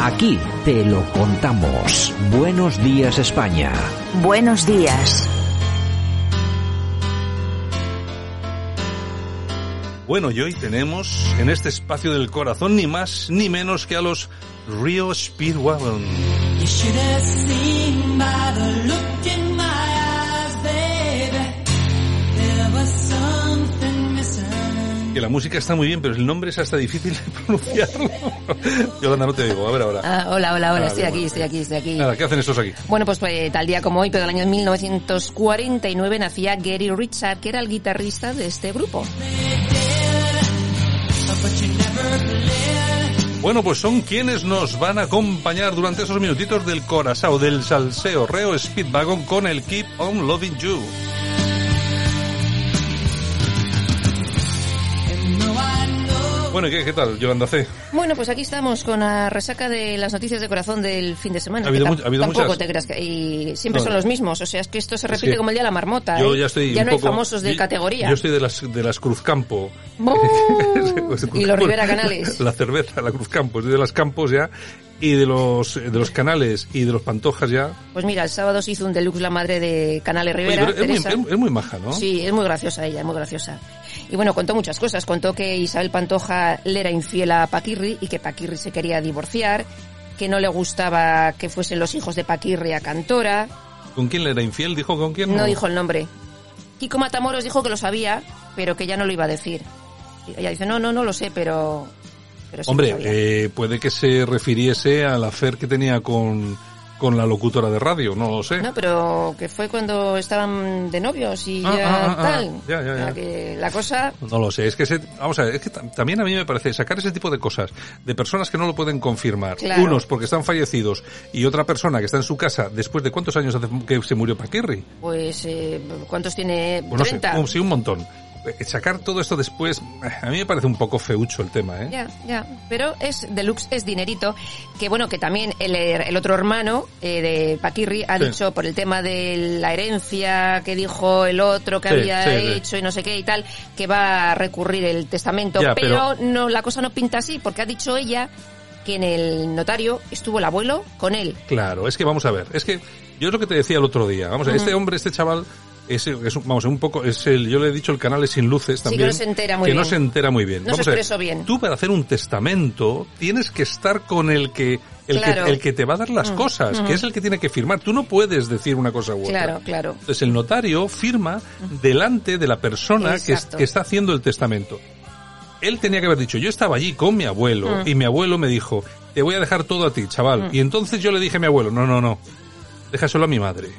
Aquí te lo contamos. Buenos días España. Buenos días. Bueno, y hoy tenemos en este espacio del corazón ni más ni menos que a los Rio Speedwagon. You should have seen by the look in my eyes, baby. There was something missing. Que la música está muy bien, pero el nombre es hasta difícil de pronunciarlo. Yolanda, no te digo. A ver ahora. Ah, hola, hola, hola, Ah, estoy bien, aquí, bueno, estoy aquí, estoy aquí. Nada, ¿qué hacen estos aquí? Bueno, pues, eh, tal día como hoy, pero del año 1949 nacía Gary Richard, que era el guitarrista de este grupo. Bueno, pues son quienes nos van a acompañar durante esos minutitos del corazón del salseo reo Speedwagon con el Keep on Loving You. Bueno, ¿y ¿qué, qué tal, Yolanda C? Bueno, pues aquí estamos con la resaca de las noticias de corazón del fin de semana. Ha habido que tam- mucho- ha habido tampoco muchas. te creas que... Y siempre No. son los mismos, o sea, es que esto se repite que como el día de la marmota. Yo ¿eh? ya estoy un no hay poco- famosos de yo- categoría. Yo estoy de las, de las Cruzcampo. ¡Bú! y los Bueno, Rivera Canales. La cerveza, la Cruzcampo, estoy de las Campos ya, y de los, de los Canales y de los Pantojas ya. Pues mira, el sábado se hizo un deluxe la madre de Canales Oye, Rivera. pero es, Teresa. muy, es- es muy maja, ¿no? Sí, es muy graciosa ella, es muy graciosa. Y bueno, contó muchas cosas. Contó que Isabel Pantoja le era infiel a Paquirri y que Paquirri se quería divorciar, que no le gustaba que fuesen los hijos de Paquirri a Cantora. ¿Con quién le era infiel? ¿Dijo con quién? No, dijo el nombre. Kiko Matamoros dijo que lo sabía, pero que ya no lo iba a decir. Y ella dice, no, no, no lo sé, pero... pero sí lo Hombre, sabía". eh, puede que se refiriese a la fer que tenía con, con la locutora de radio, no lo sé. No, pero que fue cuando estaban de novios y Ah, ya ah, ah, tal. ah, ya, ya, O sea, ya. que la cosa... Pues No lo sé, es que se, vamos a ver, es que tam- también a mí me parece sacar ese tipo de cosas de personas que no lo pueden confirmar, Claro. unos porque están fallecidos y otra persona que está en su casa después de cuántos años hace que se murió Paquirri, Pues, eh, ¿cuántos tiene? pues no sé, 30. un- sí un montón. Eh, Sacar todo esto después, eh, a mí me parece un poco feucho el tema, ¿eh? Ya, ya. Pero es deluxe, es dinerito. Que bueno, que también el, el otro hermano eh, de Paquirri ha Sí. dicho por el tema de la herencia que dijo el otro que Sí, había sí, sí. hecho y no sé qué y tal, que va a recurrir el testamento. Ya, pero no, la cosa no pinta así, porque ha dicho ella que en el notario estuvo el abuelo con él. Claro, es que vamos a ver, es que yo es lo que te decía el otro día, vamos a ver, este hombre, este chaval, es, es un- vamos, un poco, es el, yo le he dicho el canal es sin luces que también. no se entera muy que no bien. se entera muy bien. No se Vamos a ver, expresó bien. Tú para hacer un testamento tienes que estar con el que, el, Claro. Mm. que, el que te va a dar las cosas, que es el que tiene que firmar. Tú no puedes decir una cosa u otra. Claro, claro. Entonces el notario firma delante de la persona que, es- Exacto. que está haciendo el testamento. Él tenía que haber dicho, yo estaba allí con mi abuelo Mm. y mi abuelo me dijo, te voy a dejar todo a ti, chaval. Y entonces yo le dije a mi abuelo, no, no, no, déjaselo a mi madre.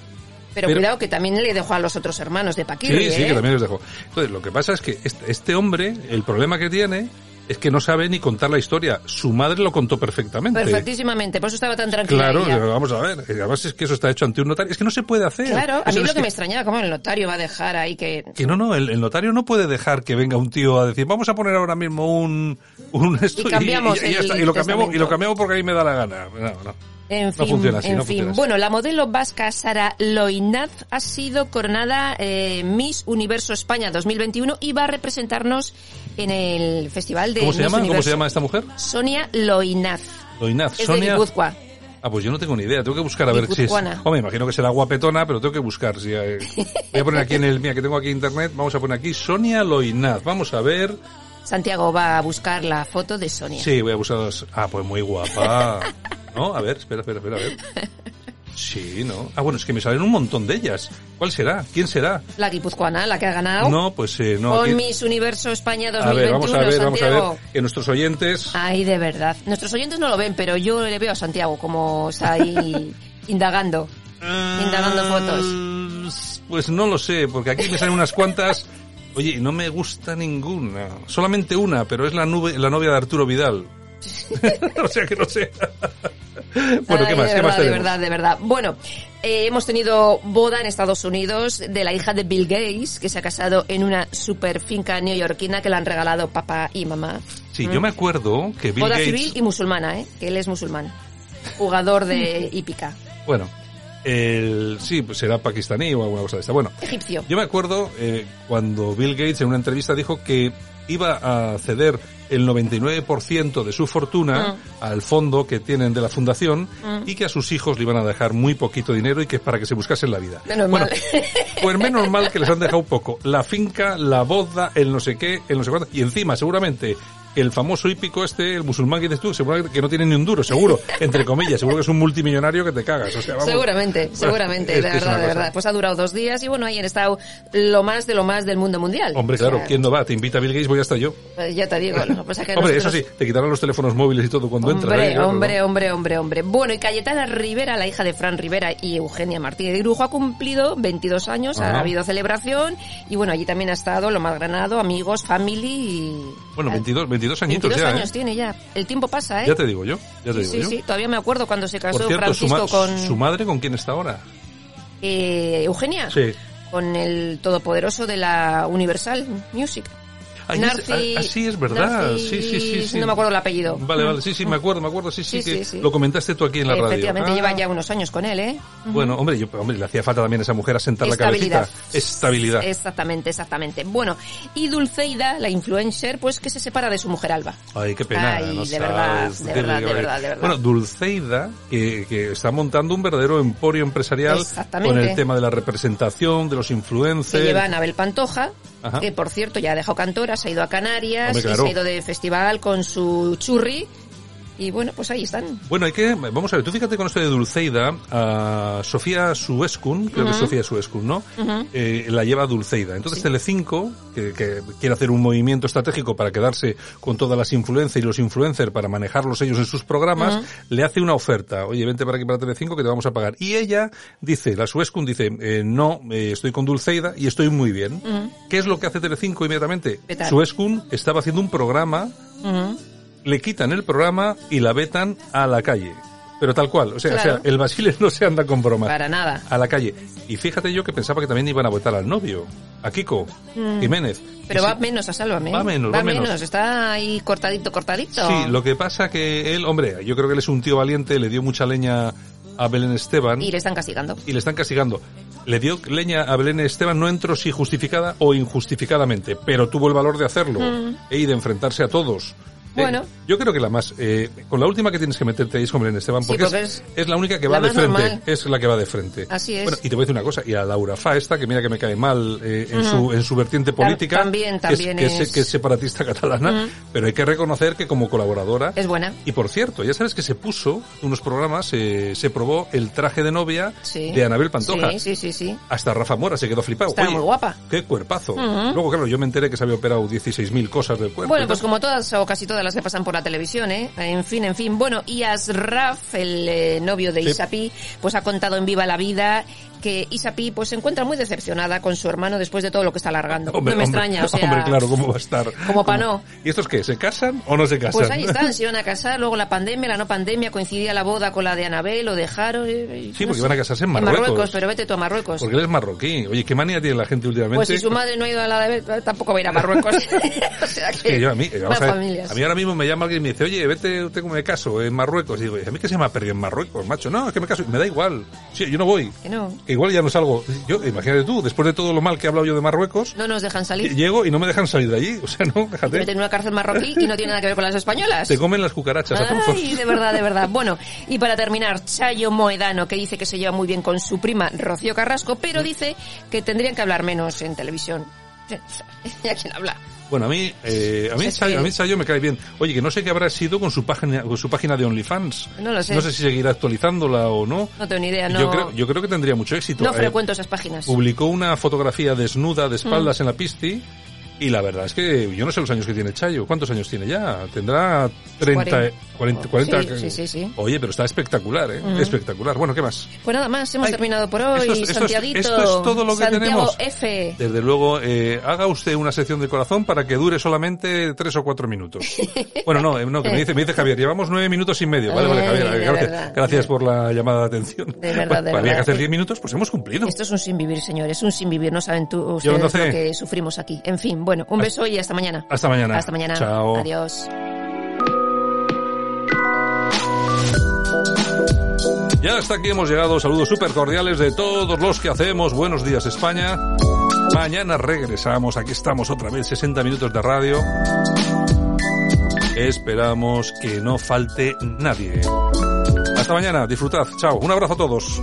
Pero, Pero- cuidado que también le dejó a los otros hermanos de Sí, Paquirri. sí, ¿eh? que también les dejo. Entonces lo que pasa es que este, este hombre, el problema que tiene es que no sabe ni contar la historia. Su madre lo contó perfectamente. Perfectísimamente, por eso estaba tan tranquila. Claro, ella. vamos a ver. Además es que eso está hecho ante un notario. Es que no se puede hacer. Claro, a Eso mí es lo que que- me extrañaba, cómo el notario va a dejar ahí que... Que no, no, el, el notario no puede dejar que venga un tío a decir, vamos a poner ahora mismo un, un esto cambiamos ya el está, y lo cambiamos y testamento. lo cambiamos porque a mí me da la gana. No, no. En No fin, funciona así, en no fin. funciona así. Bueno, la modelo vasca Sara Loinaz ha sido coronada eh, Miss Universo España 2021 y va a representarnos en el festival de ¿Cómo se Miss llama? ¿Cómo Universo. se llama esta mujer? Sonia Loinaz. Loinaz, Es de Sonia. Guipúzcoa. Ah, pues yo no tengo ni idea, tengo que buscar a ver si es. Guipuzcoana. Hombre, imagino que será guapetona, pero tengo que buscar. Si hay- Voy a poner aquí en el mía que tengo aquí internet, vamos a poner aquí Sonia Loinaz. Vamos a ver. Santiago va a buscar la foto de Sonia. Sí, voy a buscar. las- Ah, pues muy guapa. ¿No? A ver, espera, espera, espera, a ver. Sí, ¿no? Ah, bueno, es que me salen un montón de ellas. ¿Cuál será? ¿Quién será? La guipuzcoana, la que ha ganado. No, pues eh, no. Con aquí- Miss Universo España 2021, A ver, vamos a ver, vamos a Santiago. ver. Que nuestros oyentes. Ay, de verdad. Nuestros oyentes no lo ven, pero yo le veo a Santiago como está ahí indagando. Indagando Ah, fotos. fotos. Pues no lo sé, porque aquí me salen unas cuantas. Oye, y no me gusta ninguna. Solamente una, pero es la, nube, la novia de Arturo Vidal. o sea que no sé. bueno, ¿qué Ay, más? De ¿Qué verdad, más de tenemos? verdad, de verdad. Bueno, eh, hemos tenido boda en Estados Unidos de la hija de Bill Gates, que se ha casado en una super finca neoyorquina que le han regalado papá y mamá. Sí, yo me acuerdo que Bill boda Gates. civil y musulmana, ¿eh? Que él es musulmán. Jugador de hípica. Bueno, el, sí, pues será pakistaní o alguna cosa de esta. Bueno, Egipcio. Yo me acuerdo eh, cuando Bill Gates en una entrevista dijo que iba a ceder el 99% de su fortuna Ah. al fondo que tienen de la fundación y que a sus hijos le iban a dejar muy poquito dinero y que es para que se buscasen la vida. Menos bueno, mal. pues menos mal que les han dejado poco. La finca, la boda, el no sé qué, el no sé cuánto. Y encima, seguramente, el famoso hípico este, el musulmán que dices tú, seguramente que no tiene ni un duro, seguro. Entre comillas, seguro que es un multimillonario que te cagas. O sea, vamos. Seguramente, Bueno, seguramente, es de que es una verdad, de cosa. verdad. Pues ha durado dos días y bueno, ahí han estado lo más de lo más del mundo mundial. Hombre, O sea, claro, ¿quién no va? Te invita Bill Gates, voy hasta yo. eh, Ya te digo, lo que pasa es que Hombre, eso nosotros- sí, te quitarán los teléfonos móviles y todo cuando entras. Hombre, ¿eh? Claro, ¿no? hombre, hombre, hombre, hombre. Bueno, y Cayetana Rivera, la hija de Fran Rivera y Eugenia Martínez de Grujo, ha cumplido 22 años, Ajá. ha habido celebración y bueno, allí también ha estado lo más granado, amigos, family y... Bueno, 22, 22 añitos 22 ya, ¿eh? años tiene ya. El tiempo pasa, ¿eh? Ya te digo yo, ya te digo sí, sí, yo. sí. Todavía me acuerdo cuando se casó Por cierto, su, ma- Francisco con su madre, ¿con quién está ahora? eh, Eugenia, Sí. con el todopoderoso de la Universal Music. Ay, es- Narci- ah, sí, es verdad. Narcis- sí, sí, sí, sí. No me acuerdo el apellido. Mm. Vale, vale, sí, sí, me acuerdo, me acuerdo, sí, sí, Sí, que sí, sí. lo comentaste tú aquí en la radio. Efectivamente, Ah, lleva ya unos años con él, ¿eh? Bueno, hombre, yo, hombre, le hacía falta también a esa mujer asentar la cabecita. Estabilidad. Exactamente, exactamente. Bueno, y Dulceida, la influencer, pues que se separa de su mujer Alba. Ay, qué pena. Ay, no de verdad, sabes, de qué verdad, de horror. verdad, de verdad. Bueno, Dulceida, que, que está montando un verdadero emporio empresarial Exactamente. con el tema de la representación, de los influencers. Se lleva a Anabel Pantoja, Ajá. que por cierto ya ha dejado cantora, se ha ido a Canarias, Hombre, y claro. se ha ido de festival con su churri. Y bueno, pues ahí están. Bueno, hay que, vamos a ver, tú fíjate con esto de Dulceida, a Sofía Suescun, creo que es Sofía Suescun, ¿no? Eh, la lleva Dulceida. Entonces Telecinco, que, que quiere hacer un movimiento estratégico para quedarse con todas las influencias y los influencers para manejarlos ellos en sus programas, le hace una oferta. Oye, vente para aquí para Telecinco que te vamos a pagar. Y ella dice, la Suescun dice, eh, no, eh, estoy con Dulceida y estoy muy bien. ¿Qué es lo que hace Telecinco inmediatamente? Petar. Suescun estaba haciendo un programa le quitan el programa y la vetan a la calle. Pero tal cual, o sea, o sea, Claro. el Basile no se anda con bromas. Para nada. A la calle. Y fíjate yo que pensaba que también iban a votar al novio, a Kiko Jiménez. Mm. Pero Y va sí- menos a Sálvame. ¿eh? Va menos, va menos. Está ahí cortadito, cortadito. Sí, lo que pasa que él, hombre, yo creo que él es un tío valiente, le dio mucha leña a Belén Esteban Y le están castigando. y le están castigando. Le dio leña a Belén Esteban, no entró si justificada o injustificadamente, pero tuvo el valor de hacerlo eh, y de enfrentarse a todos. Eh, Mm. Bueno. yo creo que la más, eh, con la última que tienes que meterte ahí es con Belén Esteban, Sí, porque, porque es, es es la única que la va de más frente, normal. es la que va de frente. Así es. Bueno, y te voy a decir una cosa, y a Laura Fa esta, que mira que me cae mal eh, en, su, en su vertiente política, también, que es- también que, es, es- que es separatista catalana, pero hay que reconocer que como colaboradora Es buena. y por cierto, ya sabes que se puso unos programas, eh, se probó el traje de novia Sí. de Anabel Pantoja. Sí, sí, sí, sí. Hasta Rafa Mora se quedó flipado. Estaba muy guapa. Qué cuerpazo. Luego, claro, yo me enteré que se había operado 16.000 cosas del cuerpo. Bueno, y pues tal. como todas o casi todas las que pasan por la televisión, ¿eh? En fin, en fin. Bueno, y Asraf, el eh, novio de Sí. Isapi, pues ha contado en Viva la Vida que Isapi pues se encuentra muy decepcionada con su hermano después de todo lo que está alargando. Hombre, no me hombre, extraña, o sea... Hombre, claro, ¿cómo va a estar? como pa' ¿Cómo? no. ¿Y estos qué? ¿Se casan o no se casan? Pues ahí están, se iban a casar, luego la pandemia, la no pandemia, coincidía la boda con la de Anabel, lo dejaron... eh, eh, Sí, no porque sé. iban a casarse en Marruecos. pero vete tú a Marruecos. Porque él es marroquí. Oye, qué manía tiene la gente últimamente. Pues si su madre no ha ido a la de Abel, tampoco va a ir a Marruecos. o sea que, Que yo a mí, eh, vamos más a, ver, familias. a mí ahora mismo me llama alguien y me dice, oye, vete, tengo me caso en Marruecos. Y digo, ¿y a mí qué se me ha perdido en Marruecos, macho? No, es que me caso. Me da igual. Sí, yo no voy. Que no. Que Igual ya no salgo. Yo, imagínate tú, después de todo lo mal que he hablado yo de Marruecos, No nos dejan salir. llego y no me dejan salir de allí. O sea, no, Te meten en fíjate. una cárcel marroquí y no tiene nada que ver con las españolas. Te comen las cucarachas a trozos. Ay, de verdad, de verdad. Bueno, y para terminar, Chayo Moedano, que dice que se lleva muy bien con su prima Rocío Carrasco, pero dice que tendrían que hablar menos en televisión. ¿Y a quién habla? Bueno, a mí, eh, a, mí Es que- Chayo, a mí Chayo me cae bien. Oye, que no sé qué habrá sido con su página, con su página de OnlyFans. No lo sé. No sé si seguirá actualizándola o no. No tengo ni idea, no, Yo, creo, yo creo que tendría mucho éxito. no Eh, frecuento esas páginas. publicó una fotografía desnuda de Mm. espaldas en la pisti y la verdad es que yo no sé los años que tiene Chayo. ¿Cuántos años tiene ya? Tendrá 30, 40, Cuarenta. 40. Sí, sí, sí, sí. Oye, pero está espectacular, ¿eh? Espectacular. Bueno, ¿qué más? Pues nada más, hemos Ay, terminado por esto hoy. es- esto es- Santiaguito, esto es todo lo que Santiago tenemos. F. Desde luego, eh, haga usted una sección de corazón para que dure solamente tres o cuatro minutos. Bueno, no, eh, no que me dice, me dice Javier, llevamos nueve minutos y medio. Vale, vale, Ay, Javier, de gracias, verdad. gracias por la llamada de atención. De verdad, Bueno, de Había que verdad. hacer diez minutos, pues hemos cumplido. Esto es un sinvivir, señores, un sinvivir. No saben tú, ustedes Yolanda C. lo que sufrimos aquí. En fin, bueno, un beso y hasta mañana. Hasta mañana. Hasta mañana. Chao. Adiós. Ya hasta aquí hemos llegado. Saludos súper cordiales de todos los que hacemos. Buenos días, España. Mañana regresamos, aquí estamos otra vez, 60 minutos de radio. Esperamos que no falte nadie. Hasta mañana, disfrutad, chao, un abrazo a todos.